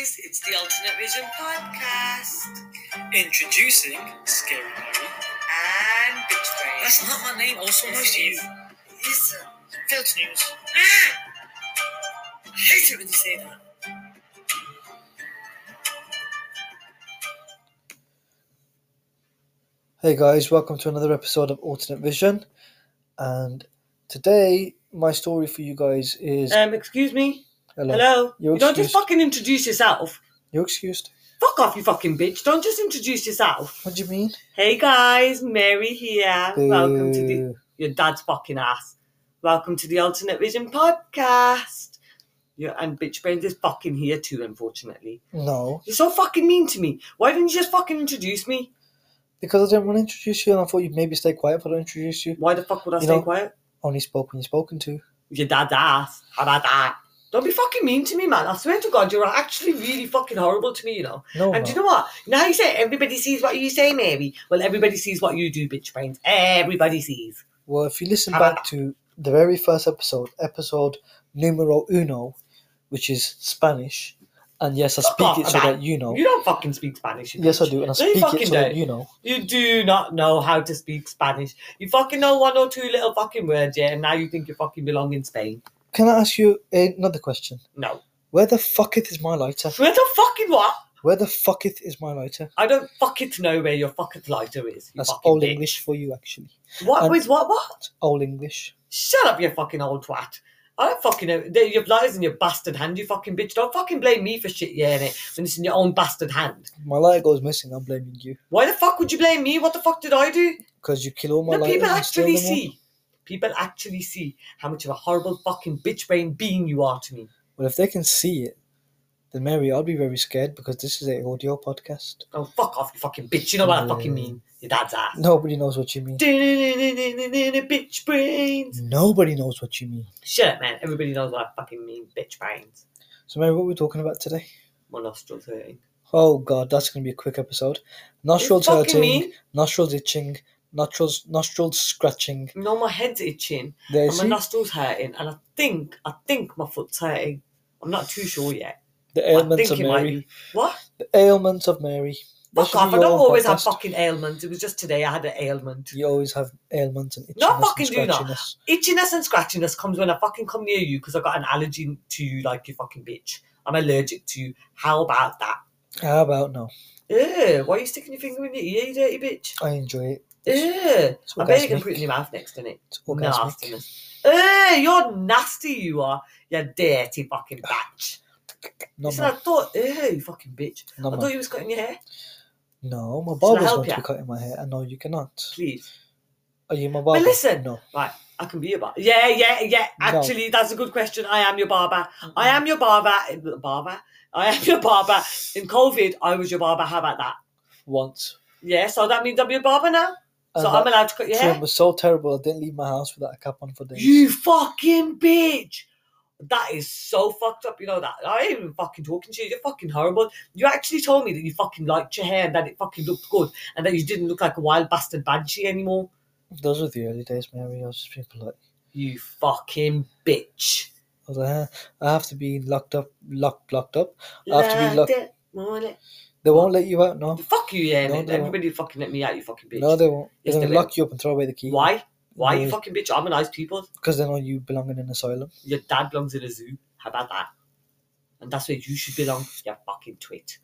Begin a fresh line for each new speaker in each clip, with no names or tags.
It's the Alternate Vision Podcast
Introducing Scary Larry.
and Bitch Brain.
That's not my name, also
Yes,
most
it
of you.
is. Listen.
Filter news.
Ah! I hate it when you say that.
Hey guys, welcome to another episode of Alternate Vision. And today, my story for you guys is.
Um, excuse me.
hello.
Hello.
You're
You don't just
excused.
fucking introduce yourself.
You're excused.
Fuck off, you fucking bitch. Don't just introduce yourself.
What do you mean?
Hey guys, Mary here. Welcome to the
Boo.
your dad's fucking ass. Welcome to the Alternate Vision Podcast. Yeah, and Bitch Brain is fucking here too, unfortunately.
No,
You're so fucking mean to me. Why didn't you just fucking introduce me?
because I didn't want to introduce you and I thought you'd maybe stay quiet if I don't introduce you.
Why the fuck would I
You
stay
know-
quiet?
Only spoke when you're spoken to.
Your dad's ass. How about that? Don't be fucking mean to me, man. I swear to God, you're actually really fucking horrible to me, you know.
No,
And
no.
do you know what? You know how you say everybody sees what you say, Mary? Well, everybody sees what you do, bitch brains. Everybody sees.
well, if you listen
How
back to the very first episode, episode numero uno, which is Spanish, and yes, I
Fuck off,
speak it so
Oh, man.
that you know.
You don't fucking speak Spanish. You
Yes, I
bitch.
do, and I
No, you
speak it
fucking
so that
don't.
you know.
You do not know how to speak Spanish. You fucking know one or two little fucking words, yeah, and now you think you fucking belong in Spain.
Can I ask you another question?
No.
Where the fucketh is my lighter?
Where the fucking what?
Where the fucketh is my lighter?
I don't fucking know where your fucking lighter is. You
That's
fucking
old
bitch.
English for you, actually.
What
And-
was what what?
It's old English.
Shut up, you fucking old twat. I don't fucking know. They're Your lies in your bastard hand, you fucking bitch. Don't fucking blame me for shit, yeah, innit? When it's in your own bastard hand.
My lighter goes missing. I'm blaming you
Why the fuck would you blame me? What the fuck did I do?
because you kill all my
no,
lighters.
people
and steal
actually
them all.
see. People actually see how much of a horrible fucking bitch brain being you are to me.
Well, if they can see it, then Mary, I'd be very scared because this is a audio podcast.
Oh, fuck off, you fucking bitch. You know what I fucking
Mm.
mean. Your dad's ass.
Nobody knows what you mean.
Bitch brains.
Nobody knows what you mean.
Shut up, man. Everybody knows what I fucking mean. Bitch brains.
So, Mary, what are we talking about today?
My nostrils hurting.
Oh God, that's going to be a quick episode. Nostrils
Fucking
hurting,
me.
nostrils itching, nostrils nostrils scratching.
No, my head's itching.
There,
and my
see?
nostrils hurting, and I think I think my foot's hurting. I'm not too sure yet.
the
I
ailments
think
of
it might
Mary.
be. What?
The ailments of Mary.
Fuck
That should
off!
be
I
your
don't
own
always have
podcast.
fucking ailments. It was just today I had an ailment.
You always have ailments and itchiness
No, fucking
and
do not.
scratchiness.
Itchiness and scratchiness comes when I fucking come near you because I got an allergy to you, like you fucking bitch. I'm allergic to you. How about that?
How about no?
Ew, why are you sticking your finger in your ear, you dirty bitch?
I enjoy it.
Ew,
It's
I bet you can
orgasmic.
put it in your mouth next, innit?
It's orgasmic.
Nastiness. Ew, you're nasty, you are. You dirty fucking bitch.
No,
Listen,
man.
I thought, ew, you fucking bitch.
No,
I
man.
thought you was cutting your hair.
no, my
Shall I
barber's
help
going
ya?
to be cutting my hair, and no, you cannot.
Please.
Are you my barber?
listen.
No.
Right, I can be a barber. Yeah, yeah, yeah.
No.
Actually, that's a good question. I am your barber. I am your barber. Barber? I am your barber. In COVID, I was your barber. How about that?
Once.
Yeah, so that means I'm your barber now.
And
so I'm
that
allowed to cut your
trim
hair.
was so terrible, I didn't leave my house without a cap on for days.
You fucking bitch. That is so fucked up. You know that. I ain't even fucking talking to you. You're fucking horrible. You actually told me that you fucking liked your hair and that it fucking looked good and that you didn't look like a wild bastard banshee anymore.
Those were the early days, Mary. I was just being polite.
You fucking bitch.
I was like, "Huh, I have to be locked up, locked, locked up. I have to be
Like
locked.
that morning.
They won't let you out. No,
Fuck you, yeah,
No,
mate.
they won't.
Everybody fucking let me out, you fucking bitch.
no, they won't.
Yes,
They're
they
gonna lock you up and throw away the key.
Why? Why, you
No.
fucking bitch? I'm a nice people.
Because they know you belong in an asylum.
Your dad belongs in a zoo. How about that? And that's where you should belong, you fucking twit.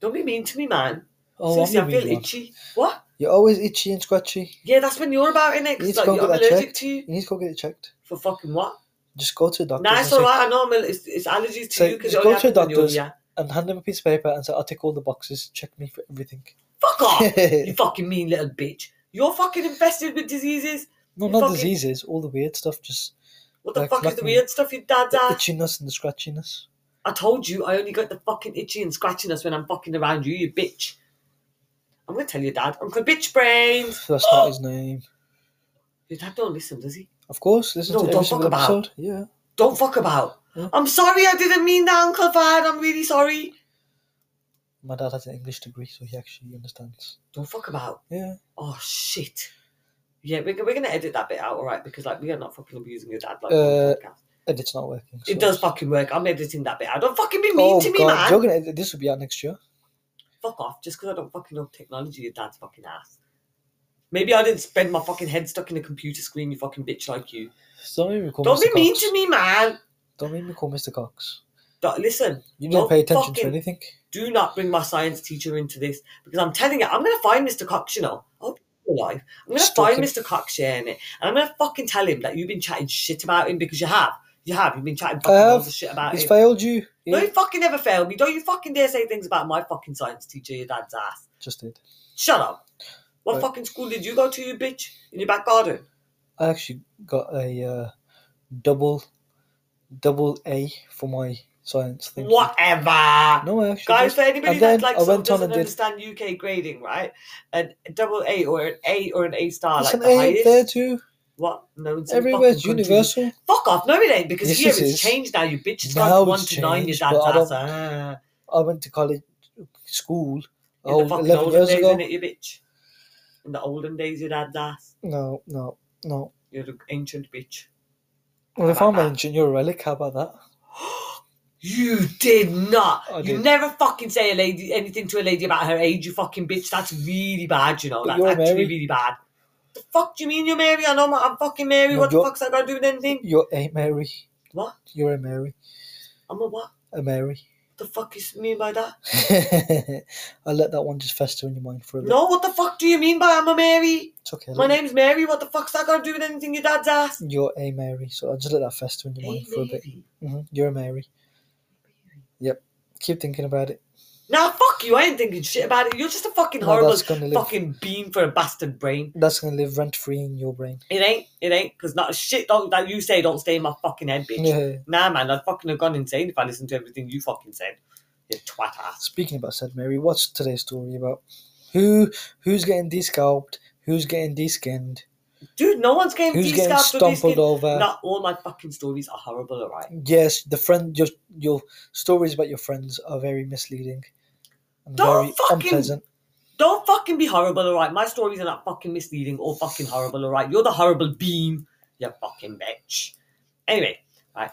Don't be mean to me, man.
Oh, I'm
Seriously,
the
I feel
mean one.
itchy. What?
You're always itchy and scratchy.
Yeah, that's when you're about in it.
You need
It's
to
like,
go
I'm
get that
allergic
checked.
to you.
You need to go get it checked.
For fucking what?
Just go to a doctor.
Nah, it's alright. I know I'm, al- it's, it's allergies to
So,
you because
just
you're
go to a doctor's.
Yeah.
and hand him a piece of paper and say, I'll take all the boxes, check me for everything.
Fuck off, you fucking mean little bitch. You're fucking infested with diseases.
no,
you
not
fucking-
diseases, all the weird stuff, just
What the
Like,
fuck is
like
the
me.
weird stuff your dad's
the
at?
itchiness and the scratchiness.
I told you I only got the fucking itchy and scratchiness when I'm fucking around you, you bitch. I'm gonna tell your dad. Uncle Bitch Brains.
That's not his name.
Your dad don't listen, does he?
Of course, listen
No,
to
don't
every single
talk about-
episode. Yeah.
Don't fuck about.
Huh?
I'm sorry I didn't mean that, Uncle Fad. I'm really sorry.
My dad has an English degree, so he actually understands.
Don't fuck about.
Yeah.
Oh shit. Yeah, we're, we're gonna edit that bit out, alright? Because like we are not fucking abusing your dad like
Uh,
on the podcast.
Edit's not working. so
It does
it's-
fucking work. I'm editing that bit. I don't fucking be mean
Oh
to me,
god,
man.
you're gonna edit. This will be out next year.
Fuck off. Just because I don't fucking know technology, your dad's fucking ass. Maybe I didn't spend my fucking head stuck in a computer screen, you fucking bitch like you.
Don't make me call.
Don't
Mr.
be mean
Cox.
to me, man.
Don't make me call Mr. Cox.
Don't- Listen,
You
Don't
didn't pay attention
fucking-
to anything.
do not bring my science teacher into this because I'm telling you, I'm going to find Mr. Cox, you know. I hope he's alive. I'm going to
Stalk
find
him.
Mr. Cox, yeah, innit? And I'm going to fucking tell him that you've been chatting shit about him because you have. You have. You've been chatting fucking
have.
loads of shit about
He's
him.
failed you. He
No, you fucking never failed me. Don't you fucking dare say things about my fucking science teacher, your dad's ass.
just did.
Shut up. What
Right.
fucking school did you go to, you bitch? In your back garden?
I actually got a uh, double, double A for my science thing.
Whatever.
No, I actually.
Guys,
did.
for anybody
And then
that like
I
sort of
went on
doesn't
and did-
understand UK grading, right? An a double A or an A or an A star,
It's
like
an
the
A
highest.
there too.
What? No, it's in
Everywhere it's
fucking countries.
universal.
Fuck off! No, it ain't because
Yes,
here
it
it's
is.
changed now. You bitch, it's
Now
gone
it's
one to nine. Your
changed,
dad's
but I
ass.
don't-
Ah,
I went to college, school,
in the
oh,
fucking
11
olden
years
days,
ago.
innit, you bitch? In the olden days, your dad's ass.
No, no, no.
You're an ancient bitch.
Well, if
How
I'm
about
ancient, you're a relic. How about that?
You did not.
I
you
did.
never fucking say a lady anything to a lady about her age, you fucking bitch. That's really bad, you know.
But
That's
you're
actually
Mary.
really bad. The fuck do you mean you're Mary? I know my, I'm fucking Mary.
No,
what the
you're-
fuck's that got to do with anything?
You're a Mary.
What?
You're a Mary.
I'm a what?
A Mary.
The fuck is mean by that?
I let that one just fester in your mind for a bit.
No, what the fuck do you mean by I'm a Mary?
It's okay.
My
look.
name's Mary. What the fuck's that got to do with anything? Your dad's ass.
You're a Mary. So I just let that fester in your mind for a bit.
Mary.
hmm You're a Mary. Yep. Keep thinking about it.
Nah, fuck you. I ain't thinking shit about it. You're just a fucking
No,
horrible
that's gonna live.
fucking bean for a bastard brain.
That's gonna live rent free in your brain.
It ain't, it ain't, because not a shit don't, that you say don't stay in my fucking head, bitch.
Yeah.
Nah, man, I'd fucking have gone insane if I listened to everything you fucking said. You twat ass.
Speaking about said Mary, what's today's story about? Who who's getting descalped? Who's getting deskinned?
Dude, no one's getting
Who's getting
de-scalped or
stumbled
de-skinned.
over?
Not all my fucking stories are horrible, alright?
Yes, the friend your your stories about your friends are very misleading and
Don't
very
fucking-
unpleasant.
Don't fucking be horrible, alright? My stories are not fucking misleading or fucking horrible, alright? You're the horrible bean, you fucking bitch. Anyway, right.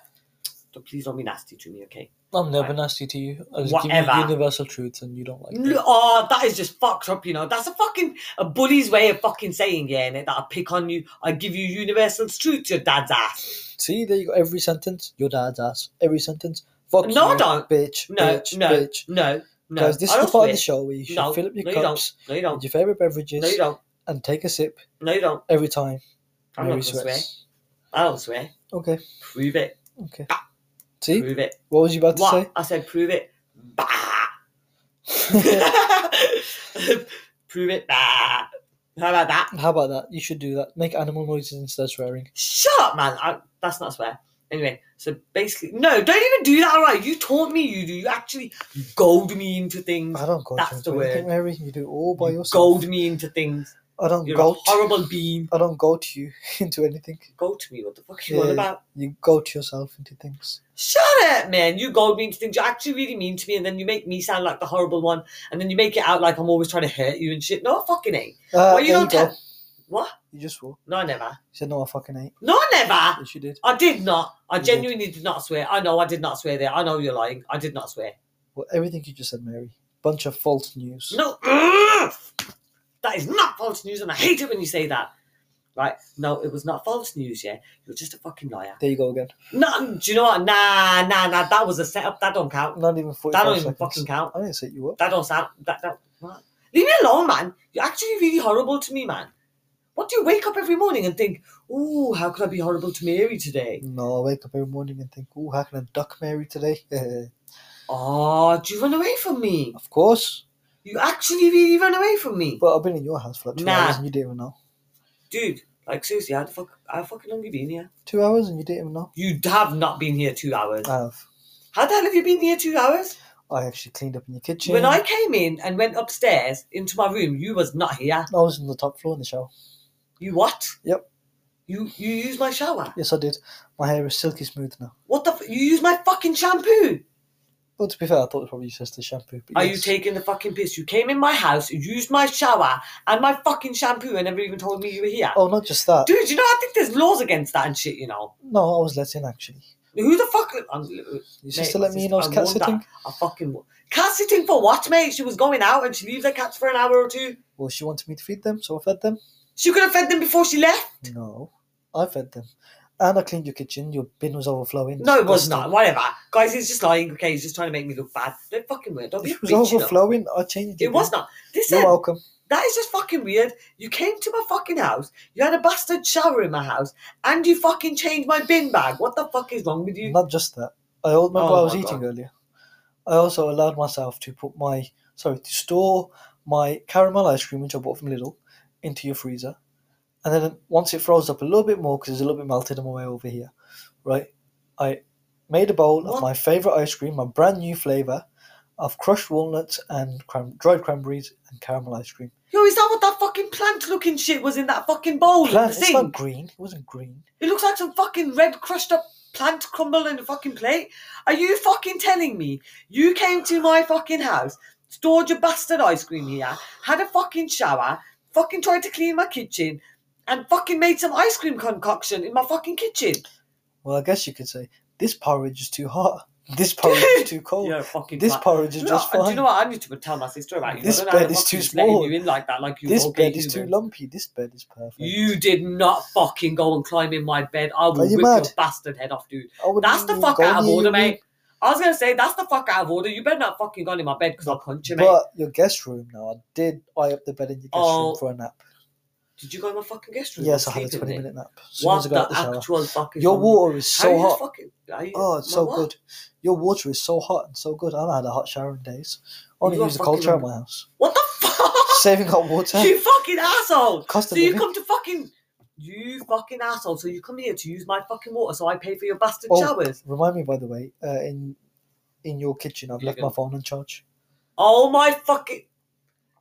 So please don't be nasty to me, okay?
I'm never nasty to you. I just give
Whatever.
you universal truths and you don't like
Look,
it.
Oh, that is just fucked up, you know. That's a fucking a bully's way of fucking saying, yeah, innit? That I pick on you, I give you universal truth to your dad's ass.
See, there you go. Every sentence, your dad's ass. Every sentence, fuck
No,
you,
I don't.
bitch,
No,
bitch,
no,
bitch.
no, no.
Guys, this
I
is the
don't
part of the
swear.
show where you should
No,
fill up your
no, you don't.
cups
No, you don't.
with your favorite beverages
No, you don't.
and take a sip
No, you don't.
every time.
I'm
Mary
not gonna swear.
sweats.
I don't swear.
Okay,
Prove it.
okay. See,
Prove it.
what was you about to
Ah. What?
say?
I said prove it. Bah. prove it. Bah. How about that?
How about that? You should do that. Make animal noises instead of swearing.
Shut up, man. I, that's not a swear. Anyway, so basically, no, don't even do that. All right, you taught me. You do. You actually gold me into things.
I don't go
That's the
to anything, Mary. You do it all by
You
yourself.
gold me into things.
I don't
You're
go.
a horrible bean.
I don't go to you into anything.
Gold to me. What the fuck are you on
Yeah.
about?
You go to yourself into things.
Shut up, man. You gold me into things. You're actually really mean to me, and then you make me sound like the horrible one, and then you make it out like I'm always trying to hurt you and shit. No, I fucking ain't.
Uh,
well, you
there
don't
go.
tell. What?
You just will.
No, I never.
You said no. I fucking ain't.
No, I never.
Yes, you did.
I did not. I
You did.
genuinely did not swear. I know I did not swear there. I know you're lying. I did not swear.
Well, everything you just said, Mary. Bunch of false news.
No, that is not false news, and I hate it when you say that. Right? No, it was not false news. Yeah, you're just a fucking liar.
There you go again.
No, do you know what? Nah, nah, nah. That was a setup. That don't count.
Not even
That
forty-five
don't even
seconds.
fucking count.
I didn't set you up.
That don't sound. That that. What? Leave me alone, man. You're actually really horrible to me, man. What do you wake up every morning and think? Ooh, how could I be horrible to Mary today?
No, I wake up every morning and think, "Oh, how can I duck Mary today?"
Oh, do you run away from me?
of course.
You actually really run away from me,
But I've been in your house for like two
Nah.
hours and you didn't even know.
dude. Like seriously, how the fuck? How fucking long you been here?
Two hours and you didn't even know.
You have not been here two hours.
I have.
How the hell have you been here two hours?
I actually cleaned up in your kitchen.
When I came in and went upstairs into my room, you was not here.
I was on the top floor in the shower.
You what?
Yep.
You you use my shower.
Yes, I did. My hair is silky smooth now.
What the? F- you use my fucking shampoo.
Well, to be fair, I thought it was probably your sister's shampoo. But
Are you
yes.
taking the fucking piss? You came in my house, you used my shower and my fucking shampoo, and never even told me you were here.
Oh, not just that.
Dude, you know I think there's laws against that and shit. You know.
No, I was let in actually.
Who the fuck? I'm-
You
Mate,
just to let
just-
me in. I was
I
cat
want
sitting.
that. I fucking wa- cat sitting for what, mate? She was going out and she leaves her cats for an hour or two.
Well, she wanted me to feed them, so I fed them.
She could have fed them before she left.
No, I fed them, and I cleaned your kitchen. Your bin was overflowing.
No, it was not.
Disgusting.
Whatever, guys. He's just lying. Okay, he's just trying to make me look bad. No fucking weird. Don't be a
It was
bitch, you know.
overflowing. I changed your
It was
bin.
not. This
You're welcome.
that is just fucking weird. You came to my fucking house. You had a bastard shower in my house, and you fucking changed my bin bag. What the fuck is wrong with you?
Not just that. I al- remember
Oh
I was
my
eating
God.
earlier. I also allowed myself to put my sorry to store my caramel ice cream, which I bought from Lidl, into your freezer, and then once it froze up a little bit more because it's a little bit melted on my way over here, right? I made a bowl
What?
of my favorite ice cream, my brand new flavor of crushed walnuts and cran- dried cranberries and caramel ice cream.
Yo, is that what that fucking plant-looking shit was in that fucking bowl? in
Plant,
the
it's
sink?
not green. It wasn't green.
It looks like some fucking red crushed up plant crumble in a fucking plate. Are you fucking telling me you came to my fucking house, stored your bastard ice cream here, had a fucking shower, fucking tried to clean my kitchen, and fucking made some ice cream concoction in my fucking kitchen?
Well, I guess you could say this porridge is too hot. This porridge is too cold.
You're a fucking
Oh, This
twat.
porridge is
You know-
just
do
fine.
you know what? I need to tell my sister about you.
This
I don't know how
bed
the
is
fuck
too
she's letting
small.
You in like that, like you
This
all
bed
gay
is too
humans.
lumpy. This bed is perfect.
You did not fucking go and climb in my bed. I will
Are you
whip
mad?
your bastard head off, dude.
I wouldn't
That's the
even
fuck
go
out of
near
order,
you,
mate. I was gonna say that's the fuck out of order. You better not fucking go in my bed because I'll punch you, mate.
But your guest room now, I did eye up the bed in your guest
Oh,
room for a nap.
Did you go in my fucking guest room?
Yes, I
and
had a
sleep in
20
it?
minute nap. As soon
What
as I
the,
got out the shower.
actual fucking?
Your
wrong-
water is
How
so
you
hot.
Fucking, are you,
Oh, it's
my
so
what?
good. Your water is so hot and so good. I haven't had a hot shower in days. I only
You are
use a cold
fucking
shower in my house.
What the fuck?
Saving hot water.
you fucking asshole!
Cost
So
of
you
living.
come to fucking you fucking asshole. So you come here to use my fucking water, so I pay for your bastard
Oh.
showers.
Remind me, by the way, uh, in in your kitchen, I've
You
left
can-
my phone on charge.
Oh my fucking.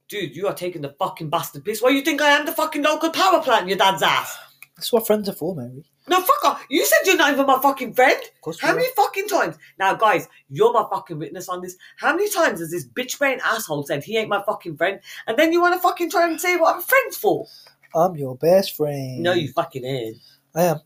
Dude, you are taking the fucking bastard piss. Why you think I am the fucking local power plant in your dad's ass?
That's what friends are for, Mary.
No, fuck off. You said you're not even my fucking friend.
Of course, we
How
are.
many fucking times? Now, guys, you're my fucking witness on this. How many times has this bitch brain asshole said he ain't my fucking friend? And then you want to fucking try and say what I'm friends for?
I'm your best friend.
No, you fucking ain't.
I am.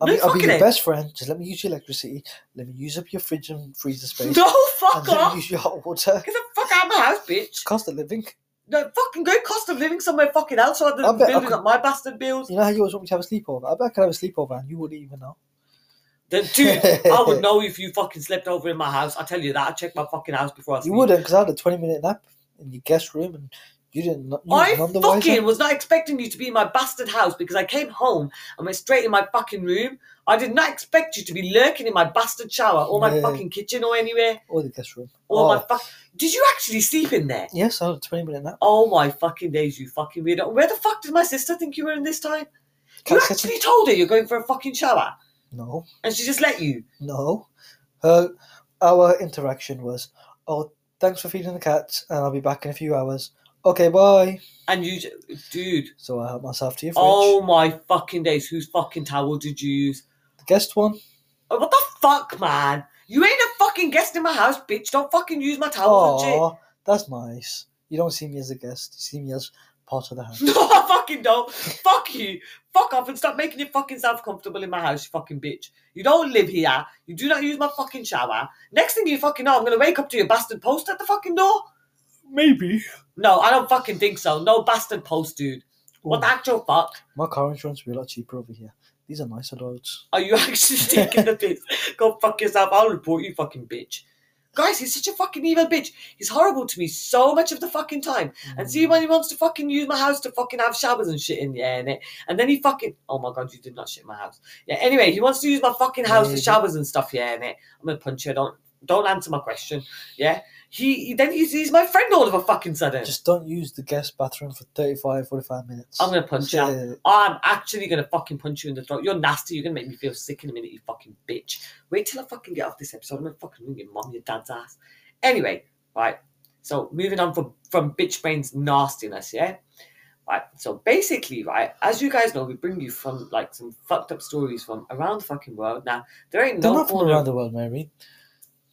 I'll,
No,
be, I'll be
fucking
your
it.
best friend. Just let me use your electricity. Let me use up your fridge and freezer space.
No, fuck
and let me
off.
use your hot water.
Get the fuck out of my house, bitch.
Cost of living.
No, fucking go cost of living somewhere fucking else rather
I
than
bet I
building
could-
up my bastard bills.
You know how you always want me to have a sleepover? I bet I could have a sleepover and you wouldn't even know.
Then, dude, I would know if you fucking slept over in my house. I tell you that. I check my fucking house before I sleep.
You wouldn't because I had a 20 minute nap in your guest room and you didn't know. You
I
was none the wiser.
fucking was not expecting you to be in my bastard house because I came home and went straight in my fucking room. I did not expect you to be lurking in my bastard shower or my
Yeah.
fucking kitchen or anywhere.
Or the guest room.
Or
oh,
my fuck. Did you actually sleep in there?
Yes, I had a 20 minute nap.
Oh my fucking days, you fucking weirdo. Where the fuck did my sister think you were in this time?
Can
You
I sit in-
actually told her you're going for a fucking shower
No,
and she just let you.
no. Her, our interaction was, oh, thanks for feeding the cats and I'll be back in a few hours. Okay, bye.
And you, j- dude.
So I helped myself to your fridge.
Oh my fucking days, whose fucking towel did you use?
The guest one.
Oh, what the fuck, man? You ain't a fucking guest in my house, bitch. Don't fucking use my towels and shit.
Oh, that's nice. You don't see me as a guest. You see me as part of the house.
No, I fucking don't. Fuck you. Fuck off and stop making your fucking self comfortable in my house, you fucking bitch. You don't live here. You do not use my fucking shower. Next thing you fucking know, I'm gonna wake up to your bastard post at the fucking door.
Maybe.
No, I don't fucking think so. No bastard post, dude. What the actual fuck?
My car insurance will be a lot cheaper over here. These are nicer roads.
Are you actually taking the piss? Go fuck yourself. I'll report you, fucking bitch. Guys, he's such a fucking evil bitch. He's horrible to me so much of the fucking time. And see when he wants to fucking use my house to fucking have showers and shit in the air, innit? And then he fucking oh my god, you did not shit in my house. Yeah. Anyway, he wants to use my fucking house
Yeah,
for
you
showers and stuff, yeah, innit? I'm gonna punch you. Don't don't answer my question. Yeah. He, he- then he's, he's my friend all of a fucking sudden.
Mm. Just don't use the guest bathroom for 35, 45 minutes.
I'm gonna punch you.
Yeah.
I'm actually gonna fucking punch you in the throat. You're nasty. You're gonna make me feel sick in a minute. You fucking bitch. Wait till I fucking get off this episode. I'm gonna fucking ring your mum, your dad's ass. Anyway, right. So moving on from from bitch brain's nastiness, yeah. Right. So basically, right, as you guys know, we bring you from like some fucked up stories from around the fucking world. Now there ain't
They're
no
not from
corner-
around the world, Mary.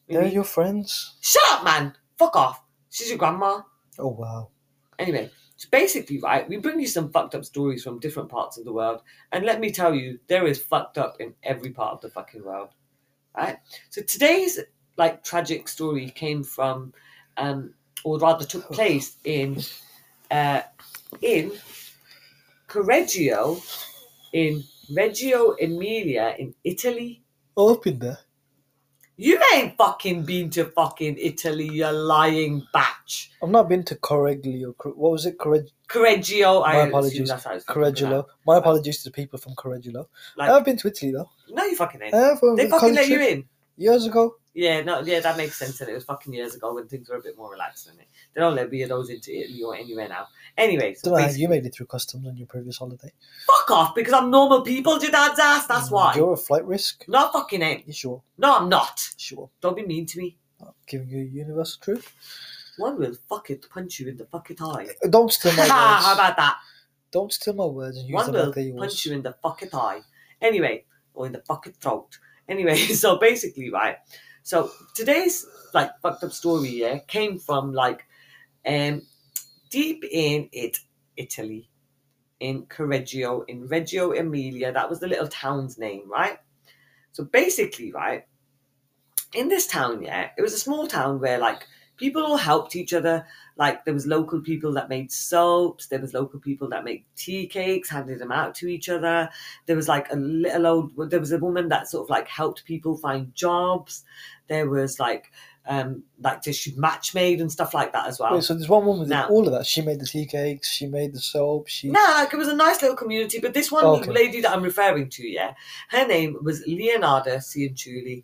They're your friends.
Shut up, man. Fuck off. She's your grandma.
Oh, wow.
Anyway, so basically, right, we bring you some fucked up stories from different parts of the world, and let me tell you, there is fucked up in every part of the fucking world. right? So today's like tragic story came from, um, or rather took place in, uh, in Correggio, in Reggio Emilia in Italy.
Oh, I've been there.
You ain't fucking been to fucking Italy, you lying batch.
I've not been to Correggio. Cor- What was it? Correg-
Correggio, I
My
assume
apologies.
that's how it's fucking
Correggio.
pronounced.
My apologies to the people from Correggio.
Like,
I've been to Italy though.
no, you fucking ain't.
I have, I've
They
been college
fucking let you
trip
in.
Years ago.
Yeah, no, yeah, that makes sense. And it was fucking years ago when things were a bit more relaxed, and it they don't let weirdos into Italy or anywhere now. Anyway, so
Don't know how
basically-
you made it through customs on your previous holiday.
fuck off because I'm normal people, your dad's ass. That's why.
You're a flight risk.
no, I fucking ain't.
You sure?
No, I'm not.
Sure.
Don't be mean to me.
I'm giving you a universal truth.
One will fuck it, punch you in the fucking eye.
Uh, Don't steal my
Ha! How
words.
about that?
Don't steal my words and use
One
them like
will
they're
punch
yours.
you in the fucking eye. Anyway, or in the fucking throat. Anyway, so basically, right. So today's like fucked up story, yeah, came from like um deep in it Italy, in Correggio, in Reggio Emilia. That was the little town's name, right? So basically, right, in this town, yeah, it was a small town where like people all helped each other. Like there was local people that made soaps, there was local people that made tea cakes, handed them out to each other. There was like a little old there was a woman that sort of like helped people find jobs. There was like um like just she match made and stuff like that as well.
Wait, so there's one woman with
Now-
all of that. She made the tea cakes. She made the soap. She.
No, like it was a nice little community. But this one
Okay.
lady that I'm referring to, yeah, her name was Leonarda Cianciulli.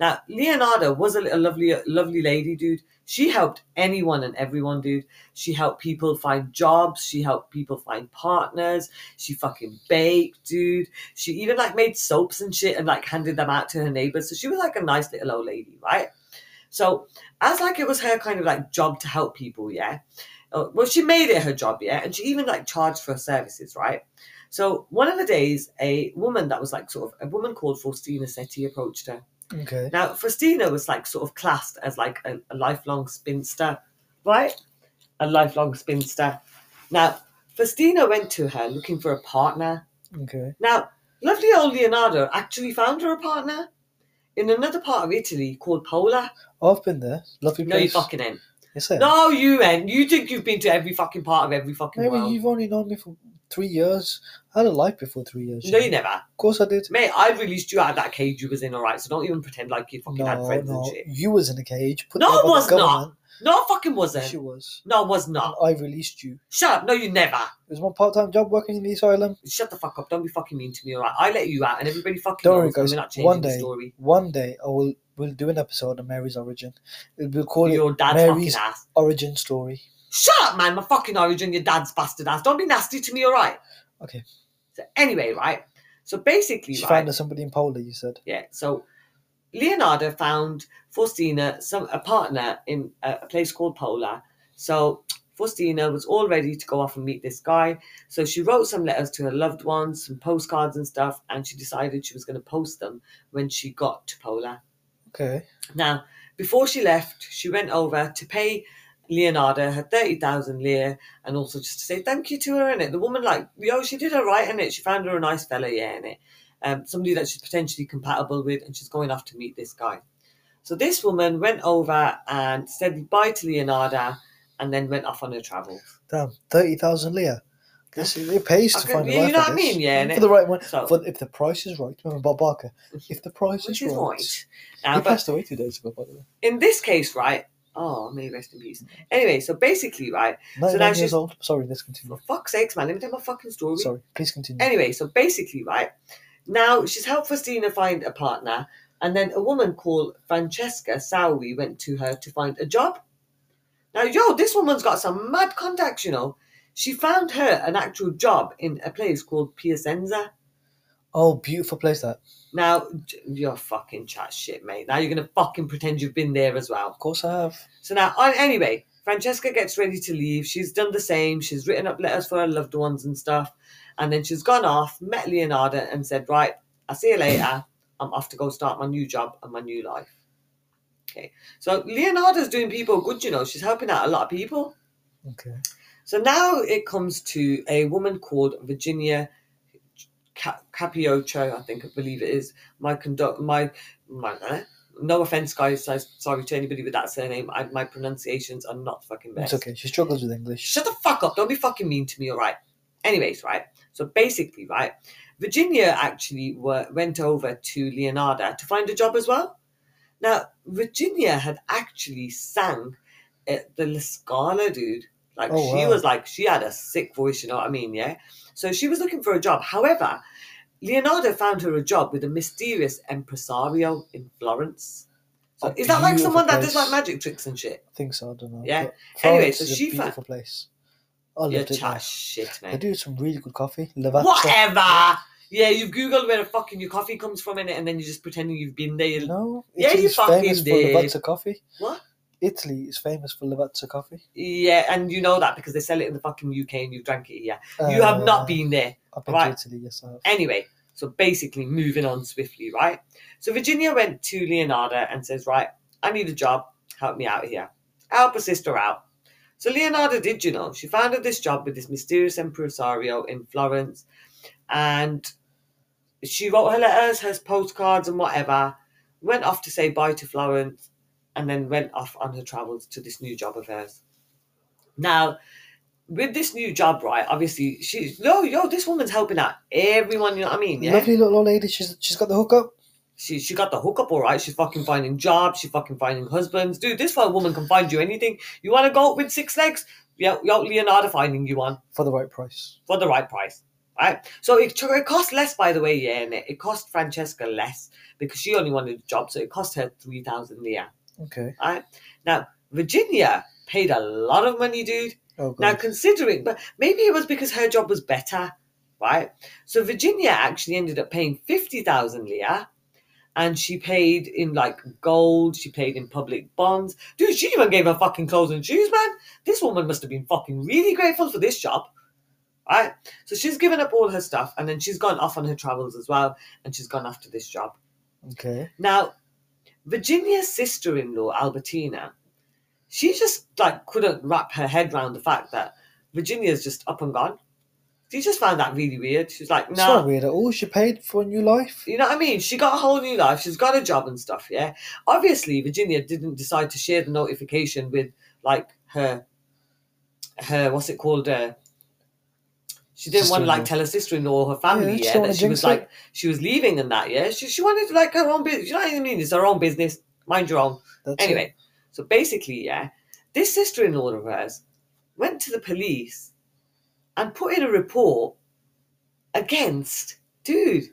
Now, Leonarda was a, li- a lovely, lovely lady, dude. She helped anyone and everyone, dude. She helped people find jobs. She helped people find partners. She fucking baked, dude. She even like made soaps and shit and like handed them out to her neighbors. So she was like a nice little old lady, right? So as like it was her kind of like job to help people, yeah. Uh, Well, she made it her job, yeah, and she even like charged for her services, right? So one of the days, a woman that was like sort of a woman called Faustina Setti approached her.
Okay.
Now Faustina was like sort of classed as like a, a lifelong spinster, right? A lifelong spinster. Now Faustina went to her looking for a partner.
Okay.
Now, lovely old Leonardo actually found her a partner in another part of Italy called Pola.
I've been there. Lovely
No, you
place.
fucking ain't.
Yes, I have.
No, you ain't. You think you've been to every fucking part of every fucking
Maybe
world.
you've only known me for three years. I had a life before three years.
No,
Shane.
you never.
Of course I did.
Mate, I released you out of that cage you was in, alright? So don't even pretend like you fucking had
No,
friends
no.
and shit.
You was in a cage. Put
No,
there
I
by
was
the
not.
government.
No, I fucking
Yes,
wasn't.
you was.
No, I was
And
not.
I released you.
Shut up. No, you never.
It was my part-time job working in the asylum.
Shut the fuck up. Don't be fucking mean to me, alright? I let you out and everybody fucking
Don't worry,
knows and
guys.
we're not changing
One
the
day,
story.
one day, I will will do an episode on Mary's origin. We'll call it
Your dad's
Mary's
fucking ass.
origin story.
Shut up, man. My fucking origin, your dad's bastard ass. Don't be nasty to me, alright?
Okay.
So anyway, right? So basically,
She
right?
found somebody in Poland. You said.
yeah. So Leonardo found Faustina some a partner in a, a place called Pola. So Faustina was all ready to go off and meet this guy. So she wrote some letters to her loved ones, some postcards and stuff, and she decided she was going to post them when she got to Pola.
Okay.
Now, before she left, she went over to pay Leonardo her 30,000 lire and also just to say thank you to her, innit? The woman, like, yo, she did her right, innit? She found her a nice fella, yeah, innit? Um, somebody that she's potentially compatible with, and she's going off to meet this guy. So this woman went over and said goodbye to Leonardo and then went off on her travels.
Damn. Thirty thousand lira. This is, it pays to
Okay,
find a
you know
life
what I
like
mean,
this.
yeah, innit?
For the right one.
So-
For, if the price is right. Remember Bob Barker. If the price
Which
is
is
right.
right.
he
Now, but
passed away two days ago, by the way.
in this case, right? Oh, may he rest in peace. Anyway, so basically, right?
Ninety-nine years
she's-
old. Sorry, let's continue.
For fuck's sakes, man, let me tell my fucking story.
Sorry, please continue.
Anyway, so basically, right now she's helped Faustina find a partner, and then a woman called Francesca Sawi went to her to find a job. Now, yo, this woman's got some mad contacts, you know. She found her an actual job in a place called Piacenza.
Oh, beautiful place that.
Now, j- you're fucking chat shit, mate. Now you're gonna fucking pretend you've been there as well.
Of course I have.
So now, on, anyway, Francesca gets ready to leave. She's done the same. She's written up letters for her loved ones and stuff. And then she's gone off, met Leonardo, and said, Right, I'll see you later. I'm off to go start my new job and my new life. Okay. So Leonardo's doing people good, you know. She's helping out a lot of people.
Okay.
So now it comes to a woman called Virginia Ca- Capiocho, I think I believe it is. My condo- my my. eh? No offense, guys. I- Sorry to anybody with that surname. I, my pronunciations are not fucking best.
It's okay. She struggles with English.
Shut the fuck up. Don't be fucking mean to me, all right? Anyways, right? So basically, right? Virginia actually were, went over to Leonardo to find a job as well. Now, Virginia had actually sang at the La Scala, dude. Like,
Oh,
she
wow.
was like, she had a sick voice, you know what I mean? Yeah. So she was looking for a job. However, Leonardo found her a job with a mysterious impresario in Florence. So
A
is that like
beautiful
someone that does
place.
like magic tricks and shit?
I think so. I don't know.
Yeah.
But
Anyway,
Florence
so
is a
she fa-
beautiful place. I
Yeah,
loved it.
chat
there.
shit, man.
They do some really good coffee. Lavazza.
Whatever. Yeah, you've googled where the fucking your coffee comes from in it, and then you're just pretending you've been there.
No,
Yeah, you
Italy's
fucking
famous for
did.
Lavazza coffee.
What?
Italy is famous for Lavazza coffee.
Yeah, and you know that because they sell it in the fucking UK and you've drank it. Yeah, you have
Uh,
not been there.
I've been
right.
to Italy, yes, I have.
Anyway, so basically, moving on swiftly, right? So Virginia went to Leonardo and says, "Right, I need a job. Help me out here. Help a sister out." So Leonardo did, you know, she found her this job with this mysterious impresario in Florence, and she wrote her letters, her postcards, and whatever. Went off to say bye to Florence, and then went off on her travels to this new job of hers. Now, with this new job, right? Obviously, she's no, yo, this woman's helping out everyone. You know what I mean? Yeah.
Lovely little old lady. She's she's got the hookup.
She she got the hookup all right. She's fucking finding jobs. She's fucking finding husbands. Dude, this fucking woman can find you anything. You want to go with six legs? Yeah, yo, Leonardo finding you one
for the right price.
for the right price. Right? So it, took- it cost less, by the way, yeah, and it, it cost Francesca less because she only wanted a job. So it cost her 3,000 lira.
Okay.
Right? Now, Virginia paid a lot of money, dude.
Oh god.
Now, considering, but maybe it was because her job was better, right? So Virginia actually ended up paying 50,000 lira and she paid in like gold, she paid in public bonds. Dude, she even gave her fucking clothes and shoes, man. This woman must have been fucking really grateful for this job, right? So she's given up all her stuff and then she's gone off on her travels as well and she's gone after this job.
okay.
Now, Virginia's sister in law, Albertina, she just like couldn't wrap her head around the fact that Virginia's just up and gone. She just found that really weird. She was like,
It's
no.
not weird at all. She paid for a new life.
You know what I mean? She got a whole new life. She's got a job and stuff, yeah? Obviously, Virginia didn't decide to share the notification with, like, her, her what's it called? Uh, she didn't want to, like,
Sister-in-law.
tell her sister in law or her
Yeah,
family,
she
yeah?
don't wanna
that she
jinx
was,
it.
like, she was leaving and that, yeah? She, she wanted, like, her own business. You know what I mean? It's her own business. Mind your own.
That's
Anyway, so basically, yeah, this sister in law of hers went to the police and put in a report against, dude,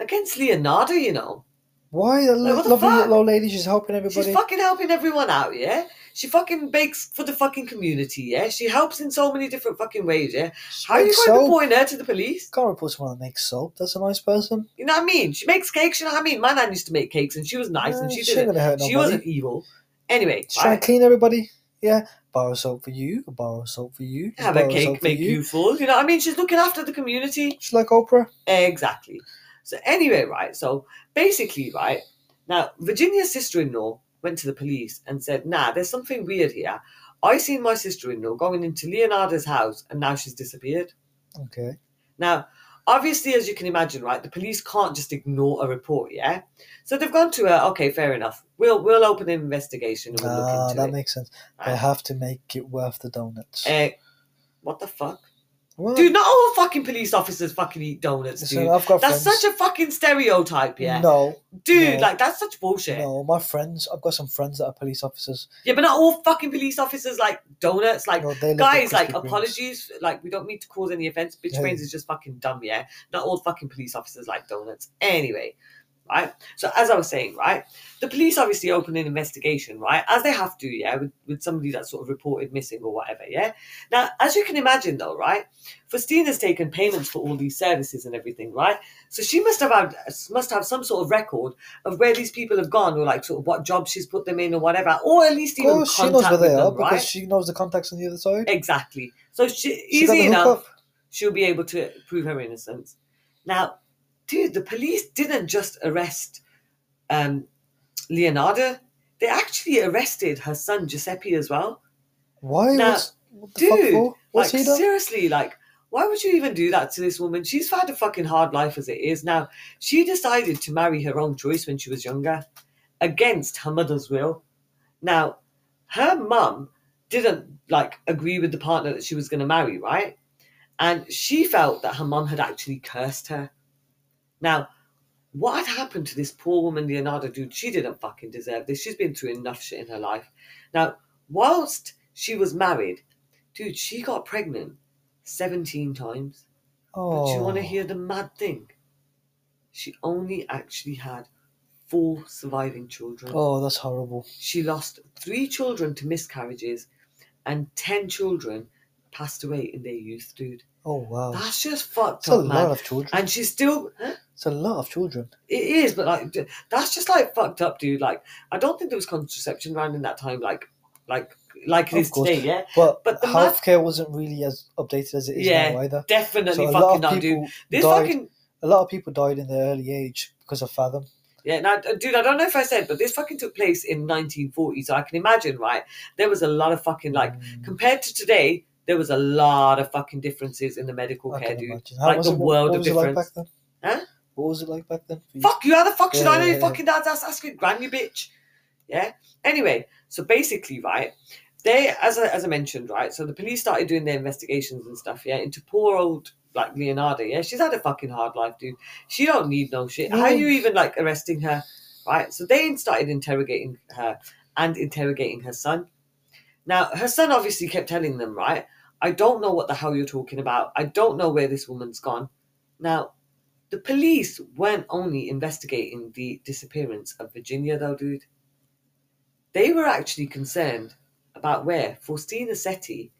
against Leonardo, you know.
it. why the
Like, what the
lovely
fuck?
little old lady? She's helping everybody.
She's fucking helping everyone out, yeah? She fucking bakes for the fucking community, yeah? She helps in so many different fucking ways, yeah?
She
How are you
makes
going to
soap.
point her to the police?
Can't report someone that makes soap. That's a nice person.
You know what I mean? She makes cakes, you know what I mean? My nan used to make cakes and she was nice and
Eh,
she
she
didn't.
gonna hurt nobody.
She wasn't evil. Anyway,
She's trying
right?
to clean everybody. Yeah. Borrow soap for you. Borrow soap for you.
have a
borrow soap
cake,
for
make you full. You know what I mean? She's looking after the community.
She's like Oprah.
Exactly. So anyway, right. So basically, right. Now Virginia's sister-in-law went to the police and said, "Nah, there's something weird here. I seen my sister-in-law going into Leonardo's house, and now she's disappeared."
Okay.
Now, obviously, as you can imagine, right, the police can't just ignore a report, yeah. So they've gone to her. Okay, fair enough. We'll we'll open an investigation and we'll
Ah,
look into
that
it.
makes sense. They
Right.
have to make it worth the donuts.
Eh, what the fuck,
Well,
dude? Not all fucking police officers fucking eat donuts,
listen,
dude.
I've got
That's
friends.
such a fucking stereotype, yeah.
No,
Dude,
no.
like that's such bullshit.
no, my friends. I've got some friends that are police officers.
Yeah, but not all fucking police officers like donuts. Like,
No, they love the
guys, like,
Krispy Kremes.
apologies. Like, we don't mean to cause any offense. Bitch
Yeah.
brains is just fucking dumb, yeah? Not all fucking police officers like donuts. Anyway, right? So, as I was saying, right? The police obviously open an investigation, right? As they have to, yeah? With, with somebody that's sort of reported missing or whatever, yeah? Now, as you can imagine, though, right? Faustina's taken payments for all these services and everything, right? So she must have had, must have some sort of record of where these people have gone, or like sort of what jobs she's put them in, or whatever, or at least
Of
even
course, she
contact
knows where
with
they are
them,
because
right?
she knows the contacts on the other side.
Exactly. So she,
She got
easy
the
enough,
hookup.
she'll be able to prove her innocence. Now, dude, the police didn't just arrest um, Leonardo; they actually arrested her son Giuseppe as well.
Why?
Now,
What's, what the fuck
dude,
for? What's
like
he done?
seriously, like Why would you even do that to this woman? She's had a fucking hard life as it is. Now, she decided to marry her own choice when she was younger, against her mother's will. Now, her mum didn't like agree with the partner that she was going to marry, right? And she felt that her mum had actually cursed her. Now, what had happened to this poor woman, Leonardo, dude? She didn't fucking deserve this. She's been through enough shit in her life. Now, whilst she was married, dude, she got pregnant 17 times.
Oh,
But you want to hear the mad thing? She only actually had four surviving children.
Oh, that's horrible.
She lost three children to miscarriages, and 10 children passed away in their youth, dude.
Oh wow,
That's just fucked
it's a
up, man.
lot of children.
And she's still.
It's a lot of children.
It is, but like d- that's just like fucked up, dude. Like I don't think there was contraception around in that time, like like like it
Of
is
course.
today. Yeah,
But,
But the ma-
healthcare wasn't really as updated as it is
Yeah,
now either. So
definitely
a lot
fucking
of
not, dude.
people
This
died.
fucking
A lot of people died in their early age because of Fathom.
yeah, now uh, dude, I don't know if I said, but this fucking took place in 1940, so I can imagine, right? There was a lot of fucking like
Mm,
compared to today, there was a lot of fucking differences in the medical
I
care,
can
dude.
imagine.
like the
it-
world
what
of
was it like back
difference.
then?
Huh?
What was it like back then? for you?
Fuck you, how the fuck should I know
Yeah,
your
yeah,
fucking dad's ass asking granny bitch? Yeah? Anyway, so basically, right, they as I as I mentioned, right, so the police started doing their investigations and stuff, yeah, into poor old like Leonardo, yeah. She's had a fucking hard life, dude. She don't need no shit. How are you even like arresting her? Right? So they started interrogating her and interrogating her son. Now her son obviously kept telling them, right? I don't know what the hell you're talking about. I don't know where this woman's gone. Now the police weren't only investigating the disappearance of Virginia, though, dude. They were actually concerned about where Faustina Setti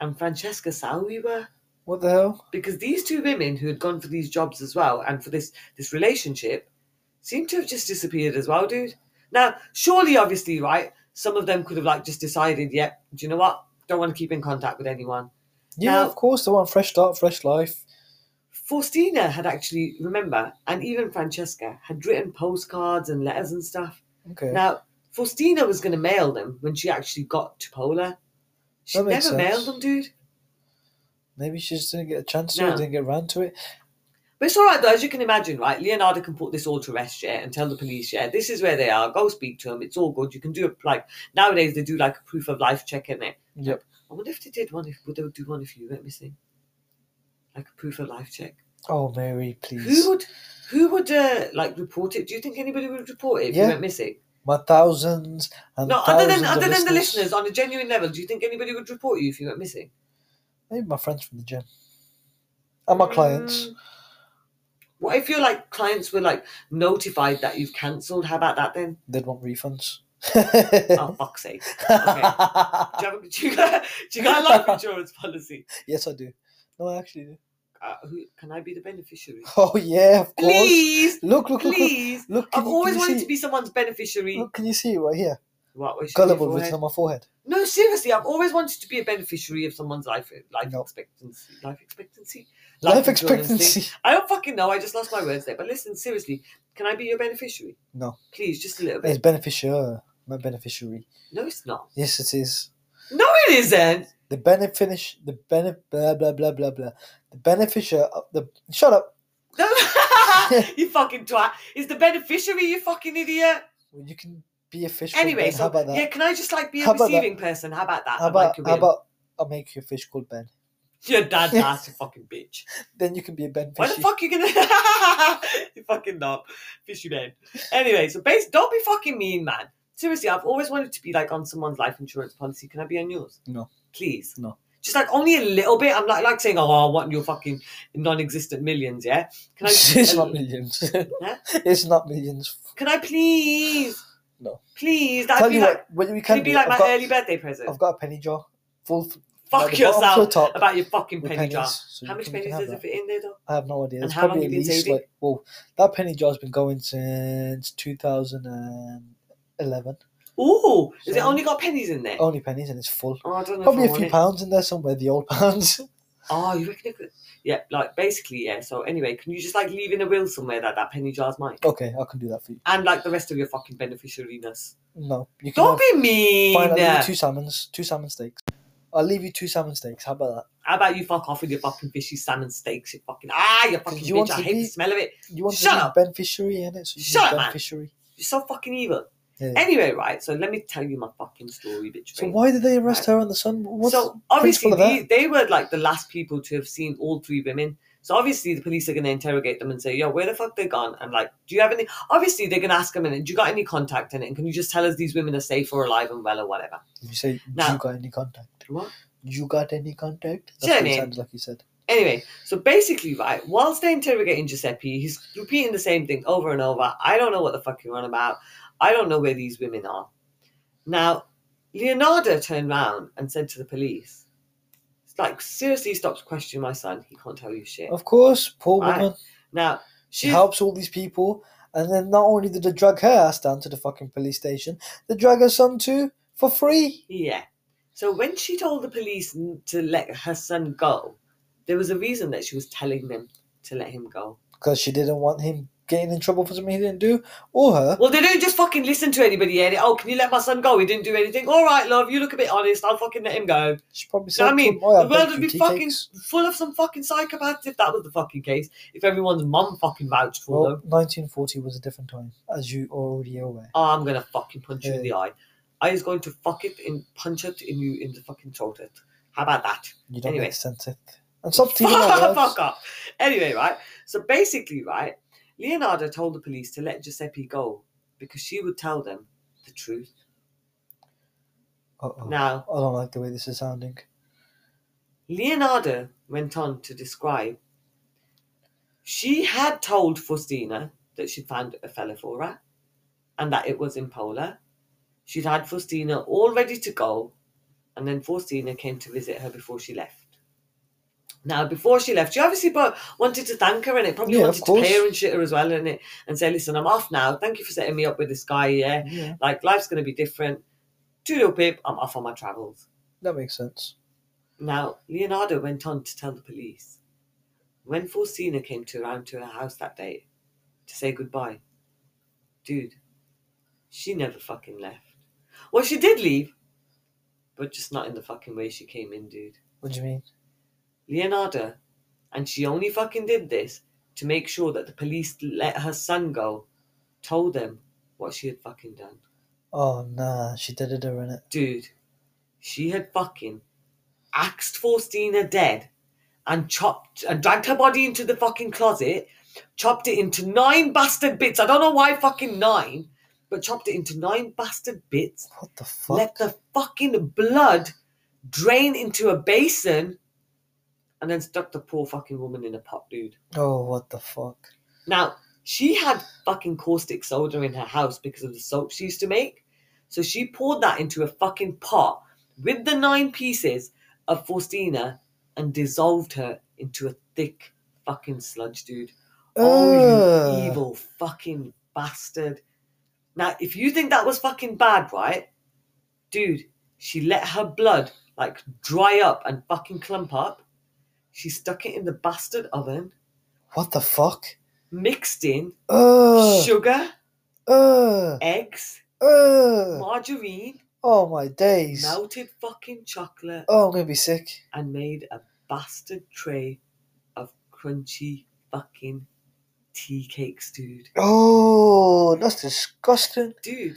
and Francesca Sauri were,
What the hell?
because these two women who had gone for these jobs as well and for this this relationship seemed to have just disappeared as well, dude. Now, surely, obviously, right? Some of them could have like just decided, yep, do you know what? Don't want to keep in contact with anyone.
Yeah,
Now-
of course they want fresh start, fresh life.
Faustina had actually, remember, and even Francesca had written postcards and letters and stuff.
Okay.
Now, Faustina was going to mail them when she actually got to Pola. She
That
never
makes sense.
mailed them, dude.
Maybe she just didn't get a chance to it,
No.
didn't get round to it.
But it's all right, though, as you can imagine, right? Leonardo can put this all to rest, yeah, and tell the police, yeah, this is where they are. Go speak to them. It's all good. You can do it. Like, nowadays, they do like a proof of life check, in it?
Yep.
I wonder if they did one, if would they do one if you went missing? Like a proof of life check.
Oh Mary, please.
Who would, who would, uh, like, report it? Do you think anybody would report it if
Yeah.
you went missing?
My thousands and
No, other
thousands
than,
of
other than the listeners, on a genuine level, do you think anybody would report you if you went missing?
Maybe my friends from the gym. And my clients.
Mm. What if your like clients were like notified that you've cancelled? How about that then?
They'd want refunds.
Oh fuck's sake! Do you, have a, do, you got, do you got a life insurance policy?
yes, I do. No, I actually do.
Uh, who, can I be the beneficiary?
Oh yeah, of course.
Please,
Look, look, look, look.
please!
Look, can
I've
you,
always
can you
wanted
see,
to be someone's beneficiary.
Look, can you see it right here?
What? what should I do
Gullible
for
written
her?
on my forehead.
No, seriously, I've always wanted to be a beneficiary of someone's life eh, life
No.
expectancy. Life expectancy. insurance
Life,
thing.
expectancy.
I don't fucking know. I just lost my words there. But listen, seriously, can I be your beneficiary?
No.
Please, just a little
It's
bit.
beneficiary, not beneficiary.
No, it's not.
Yes, it is.
No, it isn't.
The benefinish, the benef, blah blah blah blah blah. The beneficiary of the. Shut up.
No, you fucking twat. It's the beneficiary, you fucking idiot.
You can be official.
Anyway,
ben.
so
how about that?
yeah, can I just like be a
How about that?
receiving person? How about that?
how
I'd like
about
your
how
win.
about I'll make you a fish called Ben.
your dad's ass, you fucking bitch?
Then you can be a Ben
Why
fishy.
the fuck you gonna? you fucking knob, fishy man. Anyway, so base, don't be fucking mean, man. Seriously, I've always wanted to be like on someone's life insurance policy. Can I be on yours?
No.
Please.
No.
Just like only a little bit. I'm like like saying, oh, I want your fucking non-existent millions. Yeah. Can I?
it's not millions. It's not millions.
Can I please?
No.
Please, that'd
Tell
be
you
like,
what, what we
could
can
it be
do,
like
I've
my
got,
early birthday present?
I've got a penny jar full. f-
Fuck
like the bottom to the
yourself
top
about your fucking
with
penny
pennies,
jar.
so
How
you
much
can- you can
pennies
have
does
that.
it fit in there though?
I have no idea.
And
It's
how long
probably at
you been
least
saving?
like well, that penny jar's been going since two thousand and eleven.
Ooh, has it
So-
only got pennies in there? Oh,
Only pennies and it's full.
I don't know. if
Probably
I
a
want
few
it.
pounds in there somewhere. The old pounds.
Oh, you reckon it could? Yeah, like basically, yeah. So anyway, can you just like leave in a will somewhere that that penny jar's mine
okay, I can do that for you.
and like the rest of your fucking beneficiariness?
No, you can
Don't
have
be mean.
finally two salmons, two salmon steaks. I'll leave you two salmon steaks. How about that?
How about you fuck off with your fucking fishy salmon steaks? You fucking ah, you fucking
You
bitch!
want
I
to
hate the
be-
smell of it.
You want
Shut
to
up.
be Ben Fishery in it? So you can
Shut
be
up,
Ben
man.
Fishery.
You're so fucking evil.
Yeah.
Anyway, right. So let me tell you my fucking story, bitch.
So
brain.
why did they arrest her and the son? What's
so obviously
peaceful
they,
about
they were like the last people to have seen all three women. So obviously the police are going to interrogate them and say, "Yo, where the fuck they gone?" And like, do you have any? Obviously they're going to ask them, and do you got any contact in it? And can you just tell us these women are safe or alive and well or whatever?
you say
Now-
you got any contact?
What?
You got any contact? That's
Sure,
what it
man.
sounded like you said.
Anyway, so basically, right, whilst they're interrogating Giuseppe, he's repeating the same thing over and over. I don't know what the fuck you're on about. I don't know where these women are. Now, Leonardo turned round and said to the police, like, seriously, stop questioning my son. He can't tell you shit.
Of course, poor
Right.
woman.
Now,
She
she's-
helps all these people, and then not only did they drag her ass down to the fucking police station, they drag her son too for free.
Yeah. So when she told the police n- to let her son go, there was a reason that she was telling them to let him go.
because she didn't want him getting in trouble for something he didn't do or her.
Well, they don't just fucking listen to anybody. And oh, can you let my son go? He didn't do anything. All right, love, you look a bit honest. I'll fucking let him go.
She probably
You
said,
know what I mean?
to him, "Oi, I
the world
beg
would
you,
be
tea
fucking
cakes."
full of some fucking psychopaths if that was the fucking case. If everyone's mum fucking vouched for
Well,
them.
1940 was a different time, as you already are aware.
Oh, I'm gonna fucking punch you in
Yeah.
the eye. I is going to fuck it and punch it in you in the fucking throat. It. How about that?
You don't
Anyway.
make sense. Of... And stop
Fuck
stealing our words.
up. Anyway, right. So basically, right, Leonardo told the police to let Giuseppe go because she would tell them the truth.
Uh-oh.
Now,
I don't like the way this is sounding.
Leonardo went on to describe she had told Faustina that she'd found a fella for her and that it was in Pola. She'd had Faustina all ready to go, and then Faustina came to visit her before she left. Now, before she left, she obviously but wanted to thank her and it probably
Yeah, of
wanted to pay
course.
her and shit her as well and it and say, Listen, I'm off now. Thank you for setting me up with this guy, yeah.
Yeah,
Like life's gonna be different. Toodle pip, I'm off on my travels.
that makes sense.
Now, Leonardo went on to tell the police. When Faustina came to round to her house that day to say goodbye, dude, she never fucking left. Well, she did leave, but just not in the fucking way she came in, dude.
What do you mean?
Leonardo, and she only fucking did this to make sure that the police let her son go, told them what she had fucking done.
Oh, nah, she did it, her innit?
Dude, she had fucking axed Faustina dead and chopped and dragged her body into the fucking closet, chopped it into nine bastard bits. I don't know why fucking nine, but chopped it into nine bastard bits.
What the fuck?
Let the fucking blood drain into a basin and then stuck the poor fucking woman in a pot, dude.
Oh, what the fuck?
Now, she had fucking caustic soda in her house because of the soap she used to make. So she poured that into a fucking pot with the nine pieces of Faustina and dissolved her into a thick fucking sludge, dude. Oh,
Ugh.
you evil fucking bastard. Now, if you think that was fucking bad, right? Dude, she let her blood like dry up and fucking clump up. She stuck it in the bastard oven,
What the fuck?
mixed in
Ugh.
sugar,
Ugh.
eggs,
Ugh.
margarine,
Oh, my days.
melted fucking chocolate,
Oh, I'm gonna be sick.
and made a bastard tray of crunchy fucking tea cakes, dude.
Oh, that's disgusting.
Dude,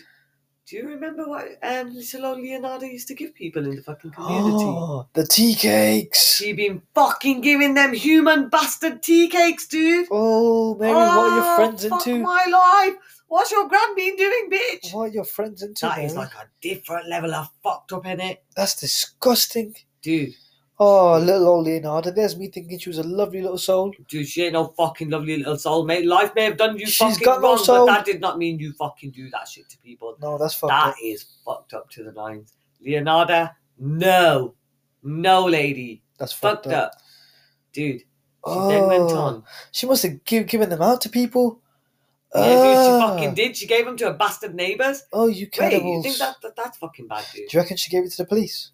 do you remember what um, little old Leonardo used to give people in the fucking community?
Oh, the tea cakes.
She been fucking giving them human bastard tea cakes, dude.
Oh, Mary, what are your
Oh,
friends
fuck
into?
my life. What's your gran been doing, bitch?
What are your friends into?
That is
Mary?
like a different level of fucked up in it,
That's disgusting.
dude. Hmm.
Oh, little old Leonardo. There's me thinking she was a lovely little soul.
Dude, she ain't no fucking lovely little soul, mate. Life may have done you
She's
fucking
got no
wrong, but
soul.
that did not mean you fucking do that shit to people.
No, that's fucked
That
up.
is fucked up to the nines. Leonardo, no. No, lady.
That's fucked,
Fucked up. Dude, she then
Oh,
went on.
She must have give, given them out to people.
Yeah, dude, she
Ah.
fucking did. She gave them to her bastard neighbours.
Oh, you
Wait,
cannibals.
you think that, that that's fucking bad,
Do
dude?
you reckon she gave it to the police?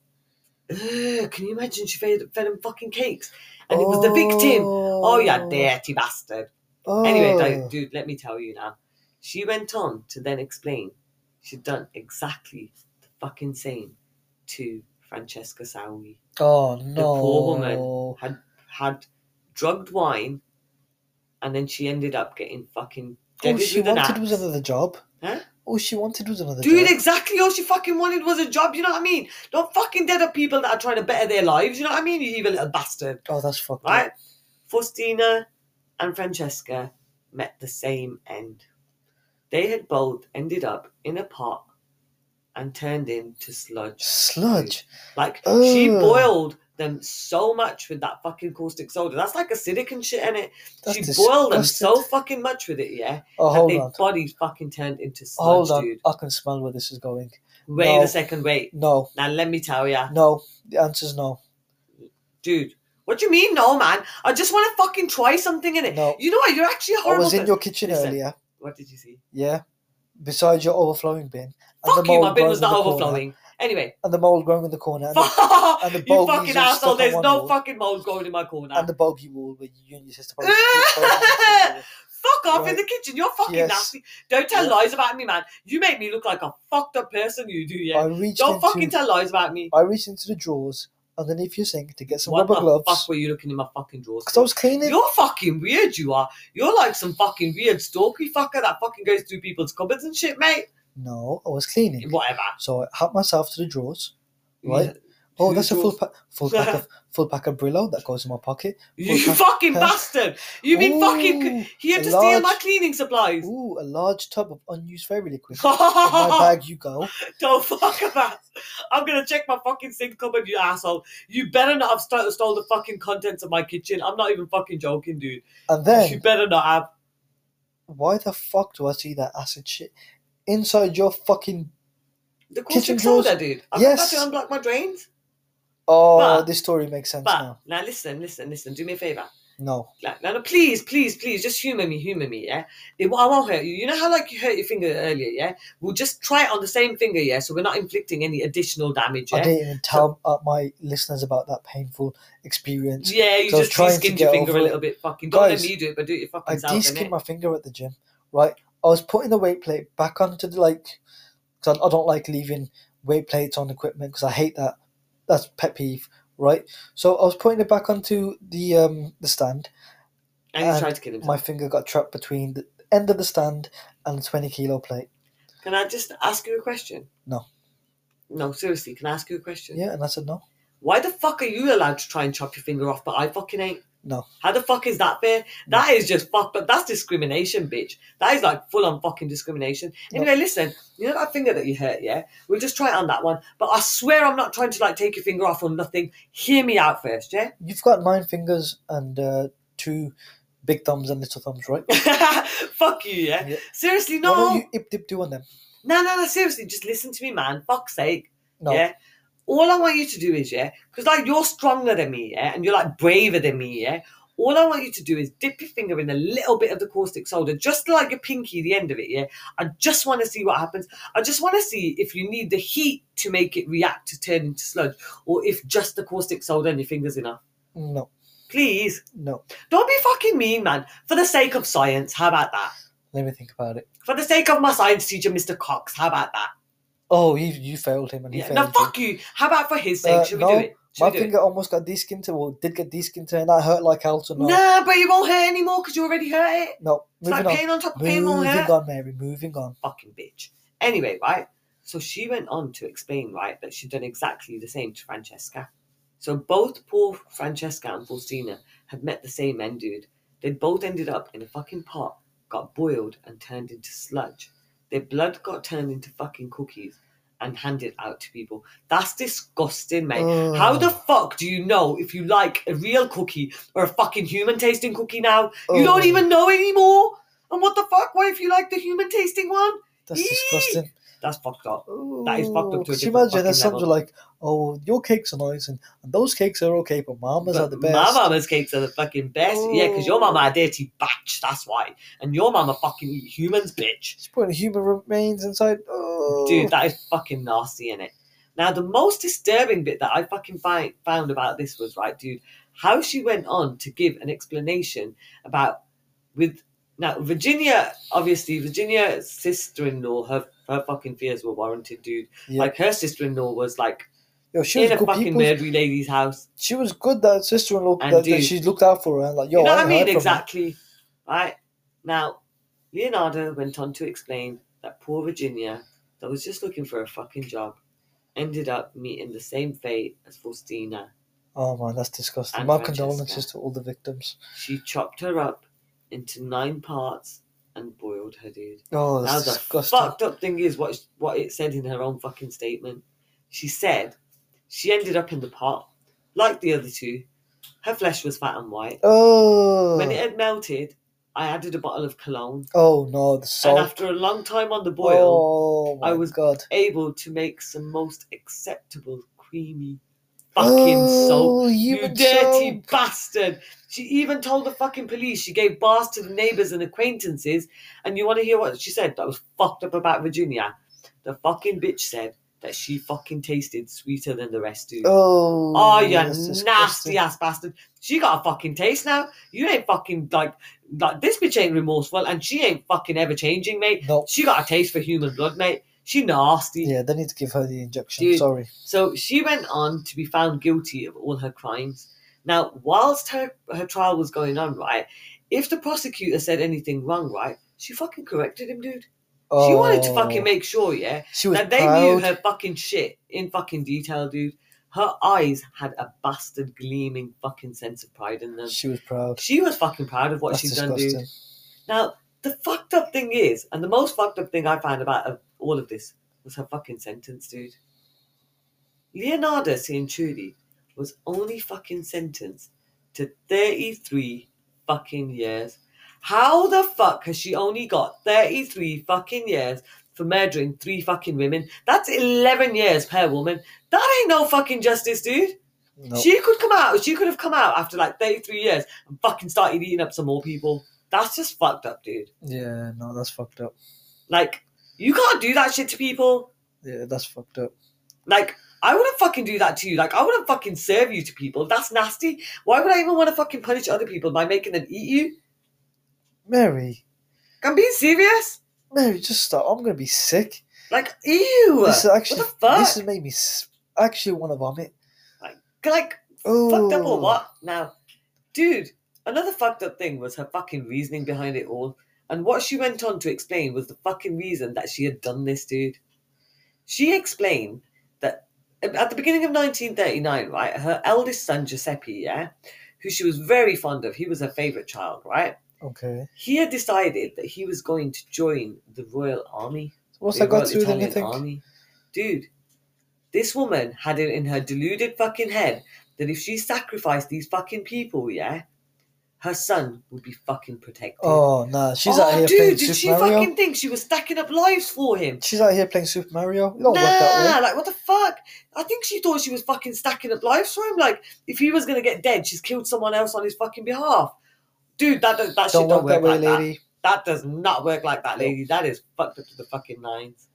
Ugh, can you imagine she fed, fed him fucking cakes? And it was the victim. Oh, you dirty bastard.
Oh.
Anyway, don't- dude, let me tell you now. She went on to then explain she'd done exactly the fucking same to Francesca Sowie
Oh no!
poor woman. had had drugged wine, and then she ended up getting fucking.
All
deaded
she
with an
wanted
axe.
was another job.
Huh?
All she wanted was another
Dude,
job.
exactly all she fucking wanted was a job, you know what I mean? Don't fucking dead up people that are trying to better their lives, you know what I mean, you evil little bastard.
Oh, that's fucked.
Right?
Up.
Faustina and Francesca met the same end. They had both ended up in a pot and turned into sludge.
Sludge.
Like she
Ugh.
boiled them so much with that fucking caustic soda. That's like acidic and shit, and it
That's
she boiled them so
disgusting.
fucking much with it, yeah.
Oh,
that
hold
their
on.
bodies fucking turned into sludge,
Hold on.
dude.
I can smell where this is going.
Wait
No.
a second, wait.
No,
Now let me tell ya,
no. The answer's no.
dude. What do you mean, no, man? I just want to fucking try something in it.
No.
You know what? You're actually a
I
horrible.
was in
per-
your kitchen
Listen.
earlier.
What did you see?
Yeah. Beside your overflowing bin.
Fuck you, my
mould
bin was not
growing in the corner,
overflowing. Anyway,
and the mold growing in the corner. And, the,
fuck
and the
you
bogies
fucking
are stuck
asshole.
on
There's
one
no
wall.
fucking mold growing in my corner.
and the bogey wall where you and your sister. probably-
Fuck off in
Right.
the kitchen. You're fucking
Yes.
nasty. Don't tell
Yeah.
lies about me, man. You make me look like a fucked up person. You do, yeah.
I reached
Don't
into,
fucking tell lies about me.
I reached into the drawers underneath your sink to get some
what
rubber
the fuck
gloves
were you looking in my fucking drawers?
because I was cleaning.
You're fucking weird, you are. You're like some fucking weird stalky fucker that fucking goes through people's cupboards and shit, mate.
No, I was cleaning.
Whatever.
So I hacked myself to the drawers. Right. Oh,
Who
that's a full
draws-
pa- full pack of full pack of Brillo that goes in my pocket.
You fucking bastard! You've been fucking
Ooh,
here
a
to steal my
large-
cleaning supplies.
Ooh, a large tub of unused fairy liquid. in my
Don't
bag you go.
fuck about. I'm gonna check my fucking sink cupboard, you asshole. You better not have st- stole the fucking contents of my kitchen. I'm not even fucking joking, dude.
And
You
then
better not have.
why the fuck do I see that acid shit inside your fucking?
The
Kitchen
caustic soda,
drawers.
dude. I
Yes.
forgot to unblock my drains.
Oh,
But-
this story makes sense
But
now.
now listen, listen, listen. Do me a favor.
No,
Like, no, no, please, please, please, just humor me, humor me, yeah? It, I won't hurt you. You know how, like, you hurt your finger earlier, yeah? We'll just try it on the same finger, yeah? So we're not inflicting any additional damage,
I
yeah?
didn't even tell uh, my listeners about that painful experience.
Yeah, you
So I was
just
trying to
de-skinned
get
your finger
over
a
it.
little bit. Fucking don't
Guys,
let me do it, but do it
I
fucking self,
de-skinned
innit?
my finger at the gym, right? I was putting the weight plate back onto the like, because I, I don't like leaving weight plates on equipment because I hate that. That's pet peeve, right? So I was putting it back onto the um the stand.
And
and
he tried to kill himself.
My finger got trapped between the end of the stand and the twenty kilo plate.
Can I just ask you a question?
No.
No, seriously, can I ask you a question?
Yeah, and I said no.
Why the fuck are you allowed to try and chop your finger off, but I fucking ain't?
No.
How the fuck is that fair? That is just fucked up. That's discrimination, bitch. That is like full on fucking discrimination.
No.
Anyway, listen, you know that finger that you hurt, yeah? We'll just try it on that one. But I swear I'm not trying to like take your finger off or nothing. Hear me out first, yeah?
You've got nine fingers and uh, two big thumbs and little thumbs, right?
Fuck you, yeah?
Yeah.
Seriously,
Why
no.
don't you ip dip do on them?
No, no, no, seriously, just listen to me, man. Fuck's sake.
No.
Yeah. All I want you to do is, yeah, because like you're stronger than me, yeah, and you're like braver than me, yeah. All I want you to do is dip your finger in a little bit of the caustic soda, just like your pinky, the end of it, yeah. I just want to see what happens. I just want to see if you need the heat to make it react to turn into sludge, or if just the caustic soda in your fingers enough.
No.
Please,
No.
don't be fucking mean, man. For the sake of science, how about that?
Let me think about it.
For the sake of my science teacher, Mr. Cox, how about that?
Oh, you you failed him and he
Yeah.
failed
Now,
you.
fuck you. How about for his sake?
Uh,
Should we
no,
do it? Should
My
we do it?
finger almost got deskinned, well, did get deskinned, and that hurt like hell to know.
Nah, but it won't hurt anymore because you already hurt it.
No,
It's
moving
like
on.
pain on top of pain won't
Moving
hurt.
on, Mary, moving on.
Fucking bitch. Anyway, right? So she went on to explain, right, that she'd done exactly the same to Francesca. So both poor Francesca and Faustina had met the same end, dude. They both ended up in a fucking pot, got boiled and turned into sludge. Their blood got turned into fucking cookies and handed out to people. That's disgusting, mate. How the fuck do you know if you like a real cookie or a fucking human tasting cookie now? You don't
Ugh.
even know anymore. And what the fuck? What if you like the human tasting one?
That's
Eek.
disgusting.
That's fucked up. That is fucked up to a
Could you
different
imagine
fucking
that someone's
level.
like, oh, your cakes are nice and, and those cakes are okay, but mama's are the best. Oh.
My mama's cakes are the fucking best. Yeah, because your mama a dirty batch. That's why. And your mama fucking eat humans, bitch.
She's putting human remains inside. Oh.
Dude, that is fucking nasty, innit? Now, the most disturbing bit that I fucking find, found about this was, right, dude, how she went on to give an explanation about with. Now, Virginia, obviously, Virginia's sister in law, her, her fucking fears were warranted, dude.
Yeah.
Like, her sister in law was like
Yo, she was
in a
good
fucking
people.
Mary lady's house.
She was good. That sister-in-law
And
that, that
dude.
she looked out for her. and Like, yo,
you know
I
what I
ain't
mean?
heard from her.
Exactly. Right. Now, Leonardo went on to explain that poor Virginia, that was just looking for a fucking job, ended up meeting the same fate as Faustina.
Oh man, that's disgusting.
And
My
Francesca.
condolences to all the victims.
She chopped her up into nine parts and boiled her, dude.
Oh,
Now
that's
the
disgusting.
fucked up thing is what what it said in her own fucking statement. She said she ended up in the pot, like the other two. Her flesh was fat and white.
Oh.
When it had melted, I added a bottle of cologne,
oh no, the
and
salt.
after a long time on the boil,
Oh my
I was-
god.
able to make some most acceptable creamy fucking soap.
Oh,
You
human
dirty
soap.
bastard! She even told the fucking police she gave bars to the neighbours and acquaintances. And you want to hear what she said? That was fucked up about Virginia. The fucking bitch said that she fucking tasted sweeter than the rest do. Oh,
Oh.
you
that's disgusting.
nasty ass bastard! She got a fucking taste now. You ain't fucking like like this bitch ain't remorseful, and she ain't fucking ever changing, mate.
No.
She got a taste for human blood, mate. She nasty.
Yeah, they need to give her the injection.
Dude.
Sorry.
So she went on to be found guilty of all her crimes. Now, whilst her, her trial was going on, right, if the prosecutor said anything wrong, right, she fucking corrected him, dude.
Oh,
She wanted to fucking make sure, yeah,
She was
that they
proud.
knew her fucking shit in fucking detail, dude. Her eyes had a bastard gleaming fucking sense of pride in them.
She was proud.
She was fucking proud of what
That's
she'd
disgusting.
done, dude. Now, the fucked up thing is, and the most fucked up thing I found about uh, all of this was her fucking sentence, dude. Leonardo Cianciulli was only fucking sentenced to 33 fucking years. How the fuck has she only got 33 fucking years for murdering three fucking women? That's 11 years per woman. That ain't no fucking justice, dude.
No.
She could come out. She could have come out after like 33 years and fucking started eating up some more people. That's just fucked up, dude.
Yeah, no, that's fucked up.
Like, you can't do that shit to people.
Yeah, that's fucked up.
Like, I wouldn't fucking do that to you. Like, I wouldn't fucking serve you to people. That's nasty. Why would I even want to fucking punish other people by making them eat you?
Mary,
I'm being serious.
Mary, just stop. I'm gonna be sick.
Like, ew.
This is actually
what the fuck?
this has made me s- actually want to vomit.
like,
Oh,
fucked up or what? Now, dude, another fucked up thing was her fucking reasoning behind it all. And what she went on to explain was the fucking reason that she had done this, dude. She explained that at the beginning of 1939, right, her eldest son, Giuseppe, yeah, who she was very fond of, he was her favourite child, right?
Okay,
He had decided that he was going to join the Royal Army.
so what's
They
that got
wrote
to do with
Italian
anything?
army. Dude, this woman had it in her deluded fucking head that if she sacrificed these fucking people, yeah, her son would be fucking protected.
Oh nah, she's
Oh,
out here playing
dude, did
Super
she
Mario.
fucking think she was stacking up lives for him?
She's out here playing Super Mario. It don't
Nah,
work that way.
like what the fuck? I think she thought she was fucking stacking up lives for him. Like if he was gonna get dead, she's killed someone else on his fucking behalf. Dude, that that, that
Don't
shit don't
work
work
that way,
like that
lady.
that does not work like that, lady. That is fucked up to the fucking nines.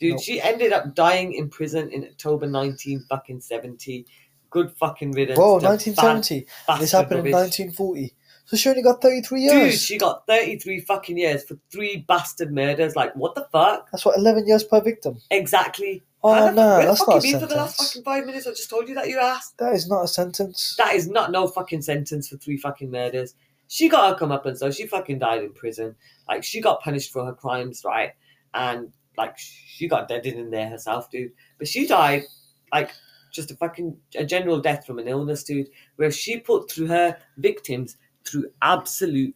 Dude,
Nope.
she ended up dying in prison in October 19 fucking 70. Good fucking riddance.
Whoa,
to
1970.
bad
This
bastard
happened
rubbish.
in 1940. So she only got 33 years.
Dude, she got 33 fucking years for three bastard murders. Like, what the fuck?
That's what 11 years per victim.
Exactly. How
Oh
the-
no,
where the
that's
fuck
not
you
a
been for the last
sentence.
fucking five minutes? I just told you that you asked.
That is not a sentence.
That is not no fucking sentence for three fucking murders. She got her comeuppance though. She fucking died in prison. Like she got punished for her crimes, right? And like she got deaded in there herself, dude. But she died like just a fucking a general death from an illness, dude. Where she put through her victims through absolute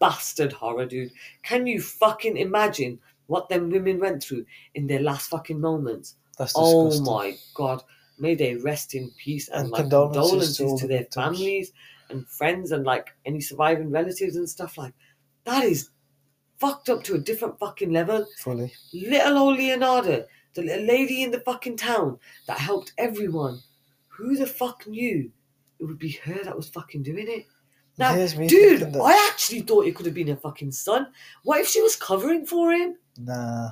bastard horror, dude. Can you fucking imagine what them women went through in their last fucking moments?
That's
Oh
disgusting.
my god. May they rest in peace and,
And
like condolences,
condolences to
to,
all the
their
victims.
families and friends and like any surviving relatives and stuff like that is fucked up to a different fucking level.
Fully.
Little old Leonardo, the little lady in the fucking town that helped everyone. Who the fuck knew it would be her that was fucking doing it? Now,
Here's me thinking
dude,
that-
I actually thought it could have been her fucking son. What if she was covering for him?
Nah.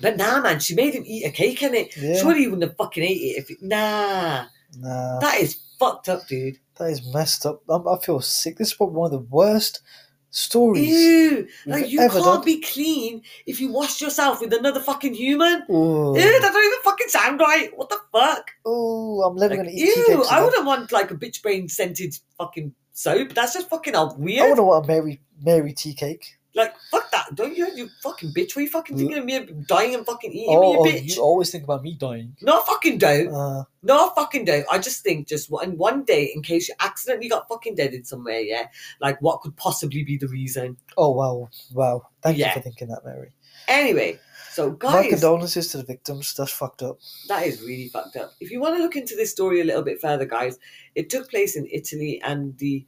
But nah, man, she made him eat a cake in it.
Yeah.
Surely you wouldn't have fucking ate it if it. Nah.
Nah.
That is fucked up, dude.
that is messed up. I'm, I feel sick. This is probably one of the worst stories.
Ew. Like,
we've
you
ever
can't
done.
be clean if you washed yourself with another fucking human.
Ooh,
Ew, that don't even fucking sound right. What the fuck?
ooh, I'm never
Like,
gonna eat tea
ew,
cakes
I
again.
wouldn't want like a bitch brain scented fucking soap. That's just fucking uh,
I
weird.
wouldn't want a Mary Mary tea cake.
Like, fuck that. Don't you, you fucking bitch? What are you fucking thinking of me dying and fucking eating me,
Oh,
you
oh,
bitch?
you always think about me dying.
No, I fucking don't.
Uh,
No, I fucking don't. I just think just one, one day, in case you accidentally got fucking dead in some way, yeah? Like, what could possibly be the reason?
oh wow, wow. Thank
Yeah.
you for thinking that, Mary.
Anyway, so
My
guys,
condolences to the victims. That's fucked up.
that is really fucked up. If you want to look into this story a little bit further, guys, it took place in Italy and the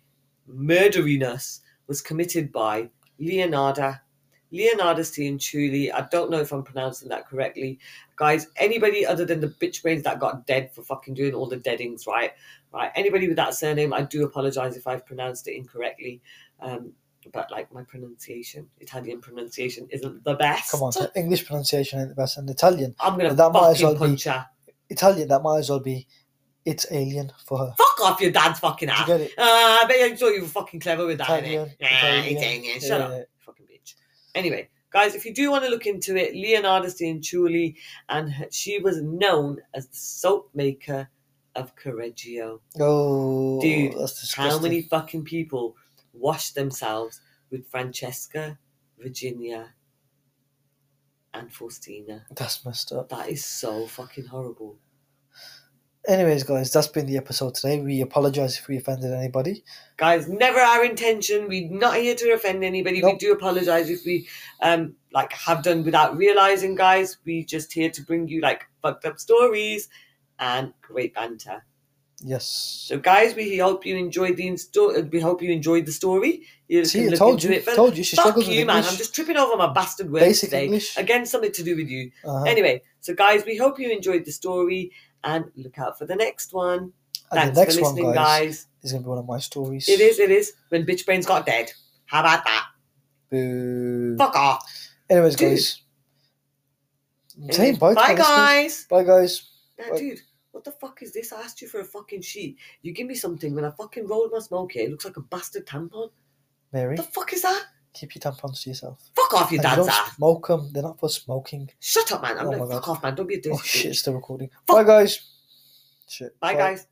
murderiness was committed by Leonarda, Leonarda Cianciulli. I don't know if I'm pronouncing that correctly. Guys, anybody other than the bitch brains that got dead for fucking doing all the deadings, right? Right. Anybody with that surname, I do apologize if I've pronounced it incorrectly. Um, but like my pronunciation, Italian pronunciation isn't the best.
Come on, English pronunciation ain't the best, and Italian,
I'm gonna
That might as
fucking
well be-
punch her.
Italian that might as well be, it's alien for her.
Fuck off your dad's fucking
Did you
ass.
get it?
Uh, I bet you thought you were fucking clever with that,
Italian,
innit? Nah,
Italian,
Italian. Shut up,
yeah.
you fucking bitch. Anyway, guys, if you do want to look into it, Leonardo Cianciulli, and her, she was known as the soap maker of Correggio.
Oh,
Dude,
that's disgusting.
How many fucking people wash themselves with Francesca, Virginia, and Faustina?
That's messed up.
That is so fucking horrible.
Anyways, guys, that's been the episode today. We apologize if we offended anybody.
guys never our intention we're not here to offend anybody we
Nope.
do apologize if we um like have done without realizing guys we just here to bring you like fucked up stories and great banter
Yes.
so guys we hope you enjoyed the insto- we hope you enjoyed the story you
See,
can
I
look
told
into
you.
it further.
told you. She
fuck
struggles with
you man
English.
i'm just tripping over my bastard words
Basic
today
English.
again something to do with you
Uh-huh.
anyway so guys we hope you enjoyed the story and look out for the next one thanks
and the next
for
one,
listening
guys,
guys
is going to be one of my stories.
it is, it is. When bitch brains got dead. How about that?
Boo.
Fuck off.
Anyways,
Dude.
guys. Saying bye, to
Bye,
my listeners.
guys.
Bye, guys.
Now,
Bye.
dude, what the fuck is this? I asked you for a fucking sheet. You give me something when I fucking roll my smoke here. It looks like a bastard tampon.
Mary,
What the fuck is that?
keep your tampons to yourself.
Fuck off, your
And
dad's
you don't
ass.
smoke them. They're not for smoking.
Shut up, man. I'm
Oh
like,
my God.
fuck off, man. Don't be a dirty
Oh, shit,
bitch.
it's still recording.
Fuck.
Bye, guys. Shit.
Bye, guys.